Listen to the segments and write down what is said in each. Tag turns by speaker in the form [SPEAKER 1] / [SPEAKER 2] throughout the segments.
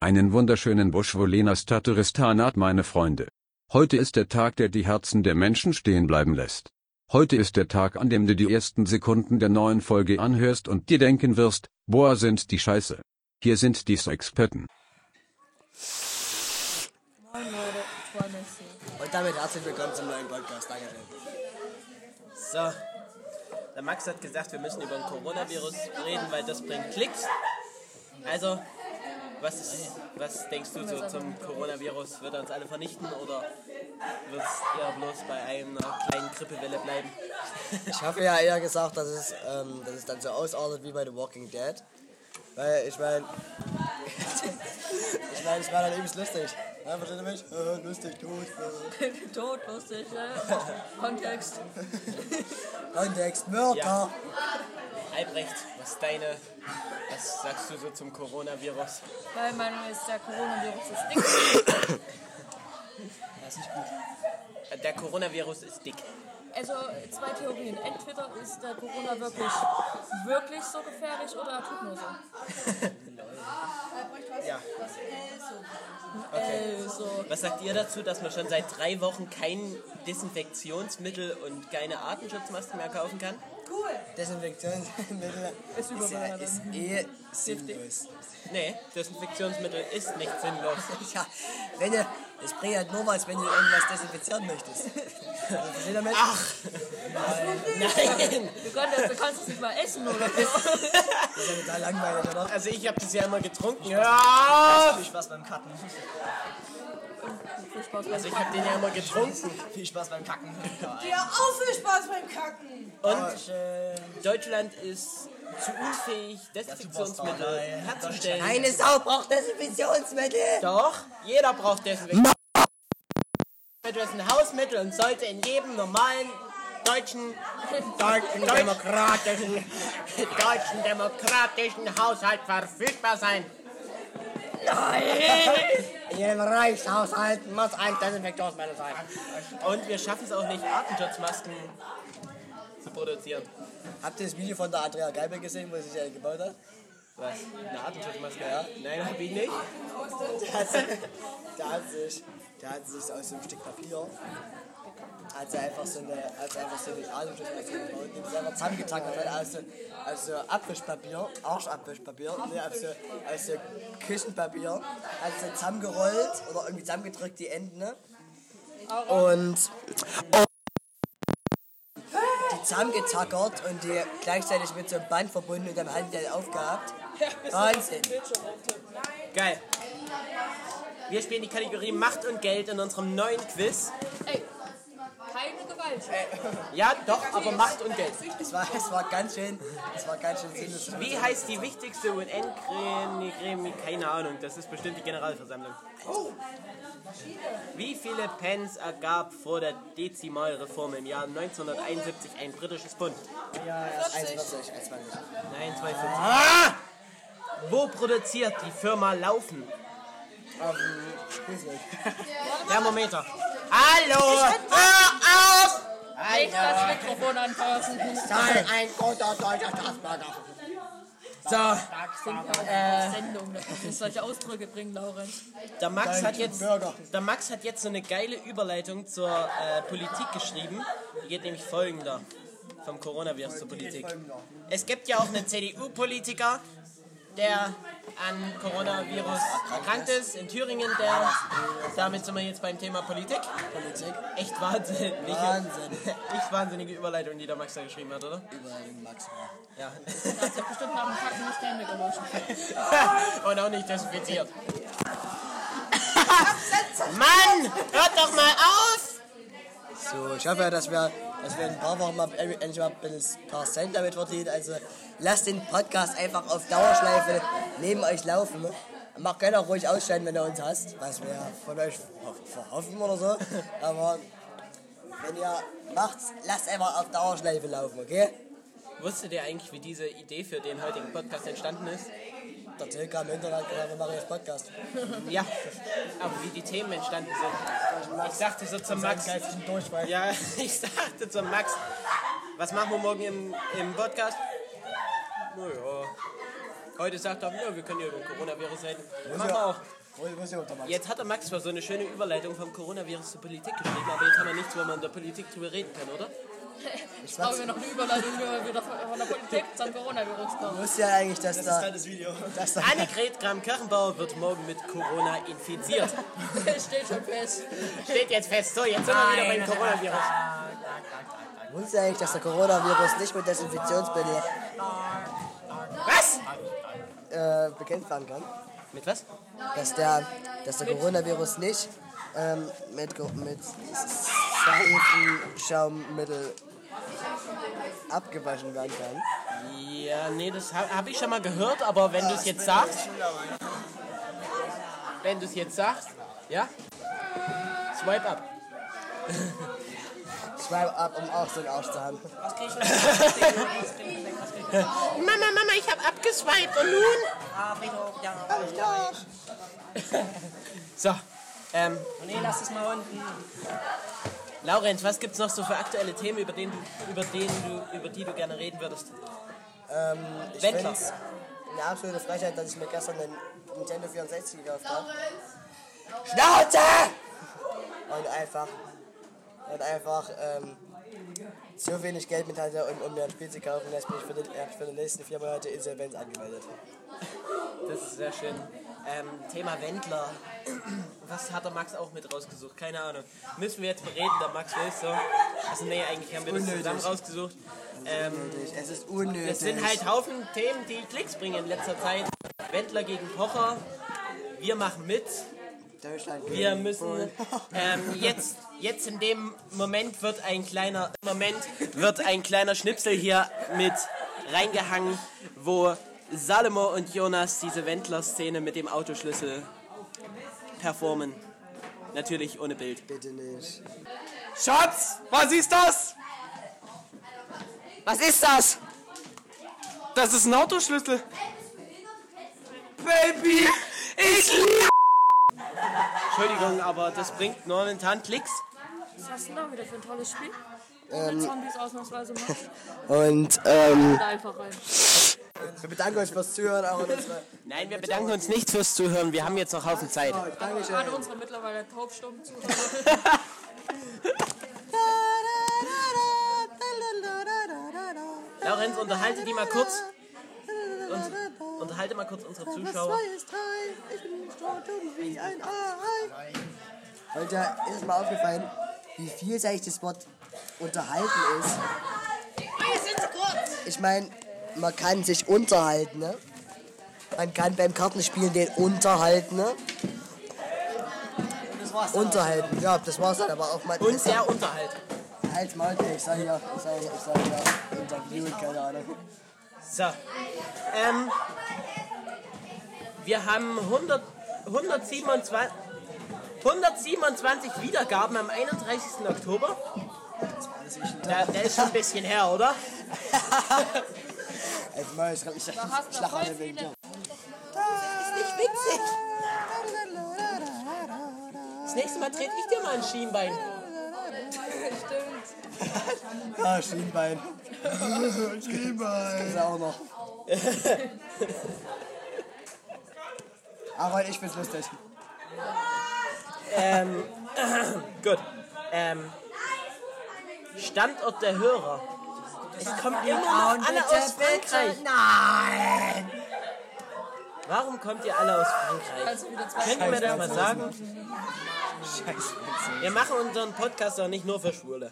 [SPEAKER 1] Einen wunderschönen Buschvolena Staturestanat, meine Freunde. Heute ist der Tag, der die Herzen der Menschen stehen bleiben lässt. Heute ist der Tag, an dem du die ersten Sekunden der neuen Folge anhörst und dir denken wirst, boah sind die Scheiße. Hier sind die Experten.
[SPEAKER 2] Moin Leute, ich freue mich sehr.
[SPEAKER 3] Und damit herzlich willkommen zum neuen Podcast. Dankeschön.
[SPEAKER 4] So, der Max hat gesagt, wir müssen über ein Coronavirus reden, weil das bringt Klicks. Also, was, ist, was denkst du so zum Coronavirus? Wird er uns alle vernichten oder wird es eher bloß bei einer kleinen Grippewelle bleiben?
[SPEAKER 3] Ich hoffe ja eher gesagt, dass es, ähm, dass es dann so ausartet wie bei The Walking Dead. Weil ich meine. ich meine, es war dann übelst lustig. Ja, versteht ihr mich? Äh, lustig, tot. äh.
[SPEAKER 2] Tot, lustig, ne? Kontext.
[SPEAKER 3] Kontext, Mörder.
[SPEAKER 4] Ja. Albrecht, was ist deine, was sagst du so zum Coronavirus?
[SPEAKER 2] Meine Meinung ist, der Coronavirus ist dick.
[SPEAKER 4] Äh, Der Coronavirus ist dick.
[SPEAKER 2] Also zwei Theorien. Entweder ist der Corona wirklich, wirklich so gefährlich oder er tut nur so.
[SPEAKER 4] Ja.
[SPEAKER 2] Okay. Also,
[SPEAKER 4] Was sagt ihr dazu, dass man schon seit drei Wochen kein Desinfektionsmittel und keine Atemschutzmasken mehr kaufen kann?
[SPEAKER 3] Desinfektionsmittel
[SPEAKER 2] Ist
[SPEAKER 3] ist, ja,
[SPEAKER 2] überbewertet.
[SPEAKER 3] ist eh sinnlos.
[SPEAKER 4] Nee, Desinfektionsmittel ist nicht sinnlos.
[SPEAKER 3] Ja, wenn ihr, das bringt halt nur was, wenn du irgendwas desinfizieren möchtest. Also, versteht ihr mich? Ach,
[SPEAKER 4] Nein!
[SPEAKER 2] du, konntest, du kannst es nicht mal essen oder so.
[SPEAKER 3] das ist ja total langweilig, oder?
[SPEAKER 4] Also ich habe das ja immer getrunken. Ja!
[SPEAKER 3] Viel Spaß beim Kacken.
[SPEAKER 2] Viel Spaß
[SPEAKER 4] Also ich habe den ja immer getrunken.
[SPEAKER 3] Viel Spaß beim Kacken.
[SPEAKER 5] Ja, auch viel Spaß beim Kacken.
[SPEAKER 4] Und Äh, Deutschland ist zu unfähig, Desinfektionsmittel herzustellen.
[SPEAKER 3] Eine Sau braucht Desinfektionsmittel.
[SPEAKER 4] Doch, jeder braucht Desinfektionsmittel. Das ist ein Hausmittel und sollte in jedem normalen deutschen, deutschen, demokratischen, deutschen demokratischen Haushalt verfügbar sein.
[SPEAKER 3] In jedem Reichshaushalt muss ein Desinfektionsmittel sein.
[SPEAKER 4] Und wir schaffen es auch nicht, Atemschutzmasken zu produzieren.
[SPEAKER 3] Habt ihr das Video von der Andrea Geibel gesehen, wo sie sich eine gebaut hat?
[SPEAKER 4] Was? Eine Atemschutzmaske? Ja. Nein, hab ich nicht.
[SPEAKER 3] Der hat, der hat, sich, der hat sich aus so einem Stück Papier hat sie einfach so eine, hat sie einfach so eine Atemschutzmaske gebaut, die sie einfach zusammengetackert hat, also, also Abwischpapier, Arschabwischpapier, ne, also, also Küchenpapier, hat sie zusammengerollt oder irgendwie zusammengedrückt die Enden, ne? Und die zusammengetackert und die gleichzeitig mit so einem Band verbunden und dann hat die dann aufgehabt. Wahnsinn!
[SPEAKER 4] Geil. Wir spielen die Kategorie Macht und Geld in unserem neuen Quiz.
[SPEAKER 2] Ey, keine Gewalt.
[SPEAKER 4] Ja, doch, aber Macht und Geld.
[SPEAKER 3] Es war, es war ganz schön, es war ganz schön sinnlos.
[SPEAKER 4] Wie heißt die wichtigste UN-Gremie? Keine Ahnung, das ist bestimmt die Generalversammlung.
[SPEAKER 2] Oh.
[SPEAKER 4] Wie viele Pence ergab vor der Dezimalreform im Jahr 1971 ein britisches Pfund?
[SPEAKER 3] 1,40, 1,20.
[SPEAKER 4] Nein, 42.
[SPEAKER 3] Ah!
[SPEAKER 4] Wo produziert die Firma Laufen?
[SPEAKER 3] Auf dem Spielzeug.
[SPEAKER 4] Thermometer. Hallo! Hör auf!
[SPEAKER 2] Nicht das Mikrofon anpassen.
[SPEAKER 3] Nein, ein guter deutscher Staatsbürger.
[SPEAKER 4] So,
[SPEAKER 2] Sendung, da kannst du solche Ausdrücke bringen, Laurenz.
[SPEAKER 4] der Max hat jetzt,
[SPEAKER 3] Burger.
[SPEAKER 4] der Max hat jetzt so eine geile Überleitung zur äh, Politik geschrieben. Die geht nämlich folgender. Vom Coronavirus zur Politik. Es gibt ja auch einen CDU-Politiker, der an Coronavirus erkrankt ist in Thüringen. Der, damit sind wir jetzt beim Thema Politik.
[SPEAKER 3] Politik.
[SPEAKER 4] Echt wahnsinnig.
[SPEAKER 3] Wahnsinn.
[SPEAKER 4] Echt wahnsinnige Überleitung, die der Max da geschrieben hat, oder?
[SPEAKER 3] Über den Max.
[SPEAKER 4] Ja.
[SPEAKER 2] Das hat bestimmt nach dem Kacken nicht die Hände gewaschen.
[SPEAKER 4] Und auch nicht desinfiziert. Mann, hört doch mal auf!
[SPEAKER 3] So, ich hoffe ja, dass wir, dass wir in ein paar Wochen mal endlich mal ein bisschen ein paar Cent damit verdienen. Also lasst den Podcast einfach auf Dauerschleife neben euch laufen. Macht gerne auch ruhig ausschalten, wenn ihr uns hasst, was wir von euch verho- verhoffen oder so. Aber wenn ihr macht's, lasst einfach auf Dauerschleife laufen, okay?
[SPEAKER 4] Wusstet ihr eigentlich, wie diese Idee für den heutigen Podcast entstanden ist?
[SPEAKER 3] Der Till kam im Internet gerade, wir machen jetzt Podcast.
[SPEAKER 4] Ja, aber wie die Themen entstanden sind. Ich sagte so zum Max.
[SPEAKER 3] Durchfall.
[SPEAKER 4] Ja, ich sagte zum Max, was machen wir morgen im, im Podcast? Naja, Heute sagt er, ja, wir können ja über Coronavirus reden.
[SPEAKER 3] Muss
[SPEAKER 4] Machen
[SPEAKER 3] ja-
[SPEAKER 4] wir auch.
[SPEAKER 3] Muss, muss ja unter Max.
[SPEAKER 4] Jetzt hat der Max zwar so eine schöne Überleitung vom Coronavirus zur Politik geschrieben, aber jetzt haben wir nichts, wo man in der Politik drüber reden kann, oder?
[SPEAKER 2] Jetzt haben wir noch eine Überleitung wie wieder von der Politik zum Coronavirus kommen.
[SPEAKER 3] Muss ja eigentlich, dass da.
[SPEAKER 4] das Video.
[SPEAKER 3] Dass da
[SPEAKER 4] Annegret Gramm-Kirchenbauer wird morgen mit Corona infiziert.
[SPEAKER 2] Steht schon fest.
[SPEAKER 4] Steht jetzt fest. So, jetzt sind wir wieder beim Coronavirus.
[SPEAKER 3] muss ja eigentlich, dass der Coronavirus nicht mit Desinfektionsmittel
[SPEAKER 4] Was?
[SPEAKER 3] äh, bekämpft werden kann.
[SPEAKER 4] Mit was?
[SPEAKER 3] Dass der, dass der Coronavirus nicht ähm, mit, Ko- mit Seifenschaummittel abgewaschen werden kann.
[SPEAKER 4] Ja, nee, das habe hab ich schon mal gehört, aber wenn du es jetzt sagst. Wenn du es jetzt sagst, ja? Swipe up.
[SPEAKER 3] Schreib ab, um auch so einen Arsch zu haben.
[SPEAKER 4] Mama, Mama, ich habe abgeswiped und nun?
[SPEAKER 6] Ah,
[SPEAKER 4] So, ähm,
[SPEAKER 6] Nee, lass es mal unten.
[SPEAKER 4] Laurenz, was gibt's noch so für aktuelle Themen, über, den du, über, den du, über die du gerne reden würdest?
[SPEAKER 3] Ähm, Ich
[SPEAKER 4] Wendler.
[SPEAKER 3] find's eine absolute Frechheit, dass ich mir gestern den Nintendo 64 gekauft habe. Schnauze! Und einfach, und einfach ähm, so wenig Geld mit hatte, um, um mir ein Spiel zu kaufen, dass ich mich für, den, hab ich für die nächsten vier Monate Insolvenz angemeldet
[SPEAKER 4] Das ist sehr schön. Ähm, Thema Wendler. Was hat der Max auch mit rausgesucht? Keine Ahnung. Müssen wir jetzt bereden, der Max weiß so. Also nee, eigentlich haben wir das
[SPEAKER 3] Unnötig.
[SPEAKER 4] zusammen rausgesucht. Ähm,
[SPEAKER 3] Es ist unnötig.
[SPEAKER 4] es sind halt Haufen Themen, die Klicks bringen in letzter Zeit. Wendler gegen Pocher. Wir machen mit.
[SPEAKER 3] Deutschland
[SPEAKER 4] Wir müssen ähm, jetzt, jetzt in dem Moment wird ein kleiner im Moment wird ein kleiner Schnipsel hier mit reingehangen, wo Salomo und Jonas diese Wendler-Szene mit dem Autoschlüssel performen. Natürlich ohne Bild.
[SPEAKER 3] Bitte nicht.
[SPEAKER 7] Schatz, was ist das?
[SPEAKER 3] Was ist das?
[SPEAKER 7] Das ist ein Autoschlüssel. Baby, ich liebe.
[SPEAKER 4] Entschuldigung, aber das bringt momentan Klicks.
[SPEAKER 2] Was hast du denn da wieder für ein tolles Spiel? Ohne Zombies ausnahmsweise mal.
[SPEAKER 3] Und ähm,
[SPEAKER 2] Da einfach rein.
[SPEAKER 3] wir bedanken euch fürs Zuhören. Auch an unsere,
[SPEAKER 4] Nein, wir bedanken uns nicht fürs Zuhören. Wir haben jetzt noch Haufen Zeit.
[SPEAKER 3] oh, Dankeschön.
[SPEAKER 2] Gerade unsere mittlerweile taubstummen Zuhörer.
[SPEAKER 4] Laurenz, unterhalte die mal kurz. Und, unterhalte mal kurz unsere Zuschauer.
[SPEAKER 3] Heute ist mir aufgefallen, wie vielseitig das Wort unterhalten ist.
[SPEAKER 5] Wir sind zu kurz.
[SPEAKER 3] Ich meine, man kann sich unterhalten, ne? Man kann beim Kartenspielen den unterhalten, ne?
[SPEAKER 4] Das war's.
[SPEAKER 3] Unterhalten, ja, das war's dann, aber auch mal.
[SPEAKER 4] Und sehr unterhalt.
[SPEAKER 3] Halt mal, ich sag ja, ich sag ja, ich sag ja, interviewen, keine Ahnung.
[SPEAKER 4] So. Ähm, wir haben 100, 127, 127 Wiedergaben am 31. Oktober. Da, da ist schon ein bisschen her, oder?
[SPEAKER 3] Jetzt mal, ich schreib mich
[SPEAKER 2] Da hast
[SPEAKER 3] ich
[SPEAKER 2] du
[SPEAKER 3] lach
[SPEAKER 2] voll
[SPEAKER 3] alle
[SPEAKER 2] viele.
[SPEAKER 3] wegen.
[SPEAKER 4] Nicht witzig. Das nächste Mal trete ich dir mal ein Schienbein.
[SPEAKER 2] Stimmt.
[SPEAKER 3] Ah, Schienbein. Schienbein. Das ist auch noch. Aber ich find's lustig.
[SPEAKER 4] Gut. Ähm, Standort der Hörer. Es kommen immer noch alle aus Frankreich. Nein! Warum kommt ihr alle aus Frankreich?
[SPEAKER 2] Also wieder zwei
[SPEAKER 4] Könnt ihr mir das mal
[SPEAKER 3] Scheiß,
[SPEAKER 4] sagen? Wir machen unseren Podcast doch nicht nur für Schwule.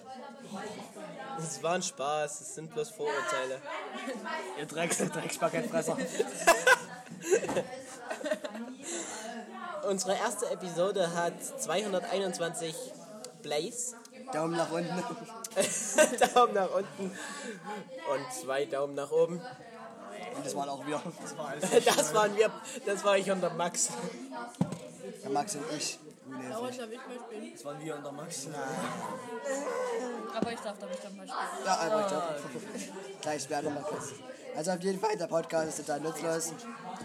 [SPEAKER 4] Es war ein Spaß, es sind bloß Vorurteile.
[SPEAKER 3] Ihr Drecks, ihr Drecksbaguettefresser.
[SPEAKER 4] Unsere erste Episode hat 221 Plays.
[SPEAKER 3] Daumen nach unten.
[SPEAKER 4] Daumen nach unten und zwei Daumen nach oben.
[SPEAKER 3] Und das waren auch wir. Das war alles.
[SPEAKER 4] Das waren wir, das war ich und der Max.
[SPEAKER 3] Der Max und ich. Nee,
[SPEAKER 2] Aber ich darf nicht mehr spielen.
[SPEAKER 3] Das waren wir und der Max. Nein.
[SPEAKER 2] Aber ich darf da nicht mal spielen.
[SPEAKER 3] Ja, aber ich glaub, Gleich werden wir kurz. Also auf jeden Fall, der Podcast ist total nutzlos.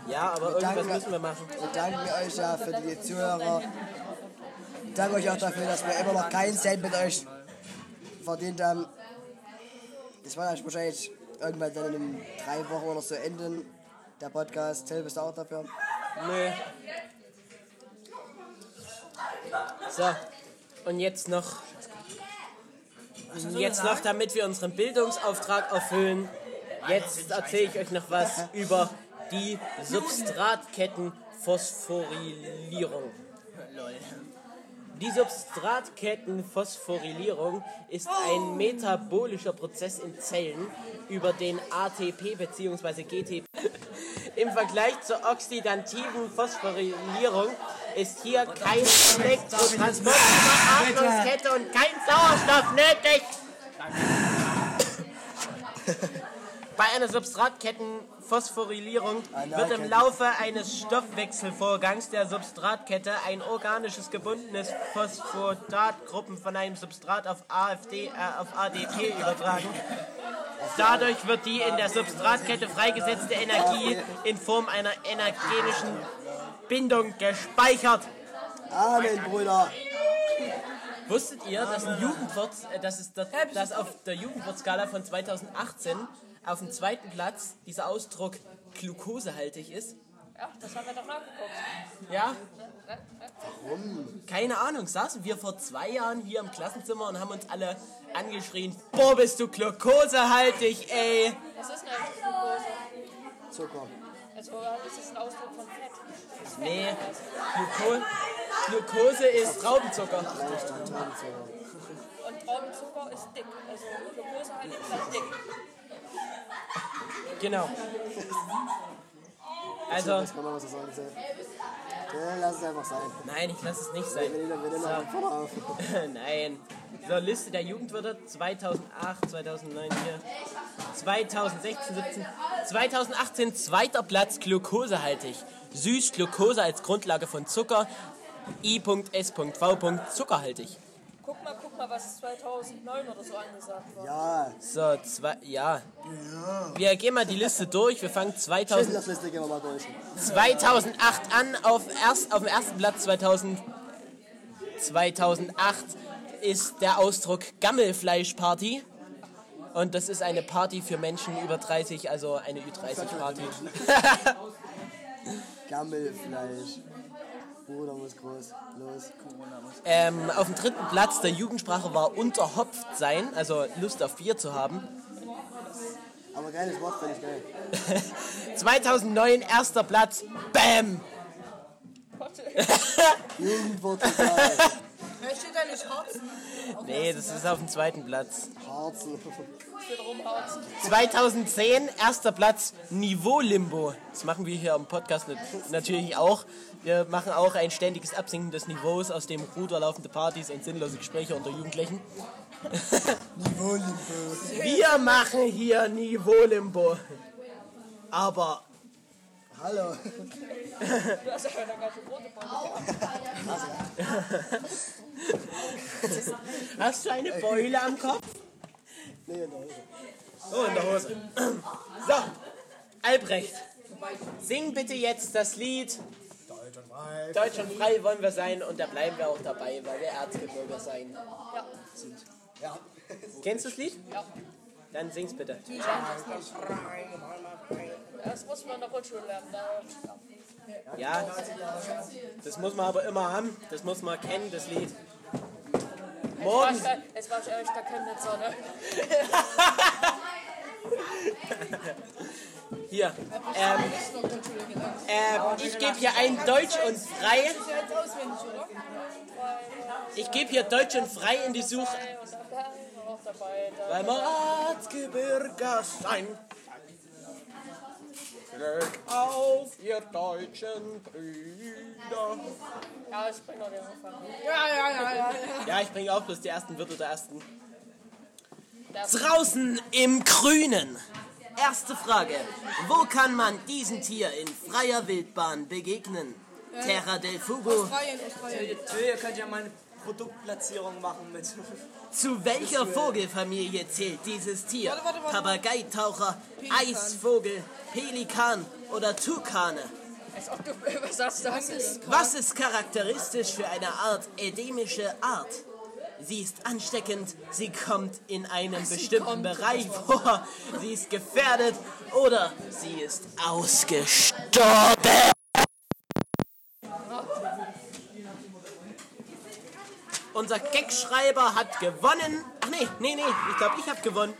[SPEAKER 4] Ja, aber irgendwas
[SPEAKER 3] Danke.
[SPEAKER 4] müssen wir machen.
[SPEAKER 3] Und danken wir euch ja für die Zuhörer. Danke euch auch dafür, dass wir immer noch keinen Cent mit euch verdient haben. Das wird euch wahrscheinlich irgendwann dann in drei Wochen oder so enden. der Podcast. Till, bist du auch dafür?
[SPEAKER 4] Nö. So, und jetzt noch. Und jetzt noch, damit wir unseren Bildungsauftrag erfüllen, jetzt erzähle ich euch noch was über die Substratkettenphosphorylierung. Die Substratkettenphosphorylierung ist ein metabolischer Prozess in Zellen, über den ATP bzw. GTP. Im Vergleich zur oxidativen Phosphorylierung ist hier kein Elektrotransport, Atmungskette und kein Sauerstoff nötig. Bei einer Substratkettenphosphorylierung wird im Laufe eines Stoffwechselvorgangs der Substratkette ein organisches gebundenes Phosphodatgruppen von einem Substrat auf, AFD, äh, auf ADP übertragen. Dadurch wird die in der Substratkette freigesetzte Energie in Form einer energetischen Bindung gespeichert.
[SPEAKER 3] Amen, Bruder.
[SPEAKER 4] Wusstet ihr, dass ein Jugendwort, äh, dass es das, dass auf der Jugendwortskala von 2018 auf dem zweiten Platz dieser Ausdruck glukosehaltig ist?
[SPEAKER 2] Ja, das haben wir doch nachgeguckt.
[SPEAKER 4] Ja?
[SPEAKER 2] Ne?
[SPEAKER 4] Warum? Keine Ahnung, saßen wir vor zwei Jahren hier im Klassenzimmer und haben uns alle angeschrien, boah, bist du glukosehaltig, ey!
[SPEAKER 2] Was ist denn eigentlich Glucose?
[SPEAKER 3] Zucker.
[SPEAKER 2] Also äh, das ist ein Ausdruck von Fett. Das Fett
[SPEAKER 4] Nee, Gluko Glukose ist Traubenzucker.
[SPEAKER 2] Und Traubenzucker ist dick. Also Glucose halt ist halt dick.
[SPEAKER 4] Genau. Also,
[SPEAKER 3] Ich kann noch was dazu sagen. Till. Till, lass es einfach sein.
[SPEAKER 4] nein, ich lasse es nicht
[SPEAKER 3] Wir
[SPEAKER 4] sein.
[SPEAKER 3] nehmen wir nehmen
[SPEAKER 4] So.
[SPEAKER 3] mal von vorne auf.
[SPEAKER 4] Nein. So, Liste der Jugendwörter 2008, 2009, hier. 2016, 17. 2018 zweiter Platz glukosehaltig. Süß, Glucose als Grundlage von Zucker. I.S.V. Zuckerhaltig.
[SPEAKER 2] Guck mal, guck mal, was 2009 oder so angesagt war.
[SPEAKER 3] Ja,
[SPEAKER 4] So, zwei, ja. Wir gehen mal die Liste durch. Wir fangen 2000,
[SPEAKER 3] das Liste gehen wir mal durch.
[SPEAKER 4] 2008 an, auf, erst, auf dem ersten Platz 2000, 2008 ist der Ausdruck Gammelfleischparty. Und das ist eine Party für Menschen über 30, also eine Ü30-Party.
[SPEAKER 3] Gammelfleisch. Bruder muss groß. Los. Corona muss.
[SPEAKER 4] ähm, auf dem dritten Platz der Jugendsprache war unterhopft sein, also Lust auf Bier zu haben.
[SPEAKER 3] Aber geiles Wort finde ich geil.
[SPEAKER 4] 2009 erster Platz, BAM!
[SPEAKER 3] Jugendwort total.
[SPEAKER 5] Wer steht da nicht Harzen?
[SPEAKER 4] Nee, das ist auf dem zweiten Platz.
[SPEAKER 3] Harzen.
[SPEAKER 2] Ich will rumhausen.
[SPEAKER 4] 2010, erster Platz, Niveau-Limbo. Das machen wir hier im Podcast nat- natürlich auch. Wir machen auch ein ständiges Absinken des Niveaus, aus dem Ruder laufende Partys und sinnlose Gespräche unter Jugendlichen. Wir machen hier Niveau-Limbo. Aber
[SPEAKER 3] Hallo.
[SPEAKER 2] Du hast ja eine ganze rote Beule.
[SPEAKER 4] hast du eine Beule am Kopf?
[SPEAKER 3] Nee, in der Hose.
[SPEAKER 4] Oh, in der Hose. So, Albrecht, sing bitte jetzt das Lied
[SPEAKER 3] Deutsch und frei.
[SPEAKER 4] Deutsch und frei wollen wir sein und da bleiben wir auch dabei, weil wir Erzgebirger sein.
[SPEAKER 3] Ja.
[SPEAKER 4] Kennst du das Lied? Ja. Dann sing's bitte.
[SPEAKER 2] Das muss man in der Grundschule lernen. Da-
[SPEAKER 4] Ja. Das muss man aber immer haben. Das muss man kennen, das Lied. Morgen.
[SPEAKER 2] Jetzt war ich- Jetzt war ich ehrlich, da Chemnitzer, ne?
[SPEAKER 4] Hier. Ähm, ähm, ich gebe hier ein Deutsch und frei. Ich gebe hier Deutsch und frei in die Suche.
[SPEAKER 2] Und dann war ich auch dabei. Da
[SPEAKER 4] Weil wir Erzgebirger sein. Glück auf, ihr deutschen Brüder.
[SPEAKER 2] Ja, ich bin noch nicht angefangen.
[SPEAKER 5] Ja, ja, ja, ja.
[SPEAKER 4] Ja, ich bringe auch bloß die ersten Wörter der ersten.
[SPEAKER 2] Das-
[SPEAKER 4] Draußen im Grünen. Erste Frage. Wo kann man diesem Tier in freier Wildbahn begegnen? Terra del Fuego.
[SPEAKER 5] Australien, Australien.
[SPEAKER 6] Ihr könnt ja mal eine Produktplatzierung machen mit.
[SPEAKER 4] Zu welcher Vogelfamilie zählt dieses Tier?
[SPEAKER 5] Warte, warte, warte.
[SPEAKER 4] Papageitaucher, Eisvogel, Pelikan oder Tukane?
[SPEAKER 2] Als ob du was hast, da hast du
[SPEAKER 4] Was ist charakteristisch für eine Art endemische Art? Sie ist ansteckend, sie kommt in einem bestimmten Bereich vor, sie ist gefährdet oder sie ist ausgestorben. Unser Gagschreiber hat gewonnen. Ach nee, nee, nee, ich glaube, ich habe gewonnen.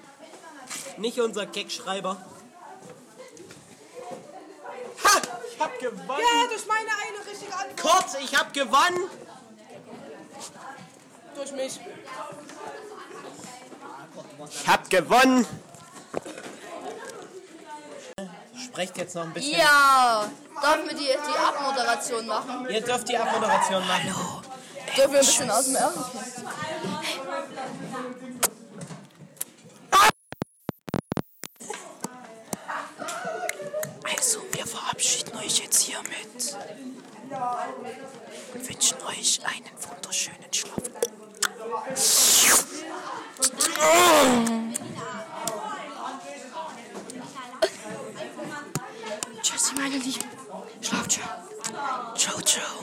[SPEAKER 4] Nicht unser Gagschreiber. Ha, ich habe gewonnen.
[SPEAKER 5] Ja, durch meine eine richtige Antwort.
[SPEAKER 4] Kurz, ich habe gewonnen.
[SPEAKER 5] Durch mich.
[SPEAKER 4] Ich hab gewonnen. Sprecht jetzt noch ein bisschen.
[SPEAKER 8] Ja, darf mir die, die Abmoderation machen?
[SPEAKER 4] Ihr dürft die Abmoderation machen.
[SPEAKER 8] Dürfen wir ein bisschen aus dem Ärmel gehen?
[SPEAKER 9] Also, wir verabschieden euch jetzt hiermit. Und wünschen euch einen wunderschönen Schlaf. Tschüssi, meine Lieben. Schlaft schön. Ciao, ciao.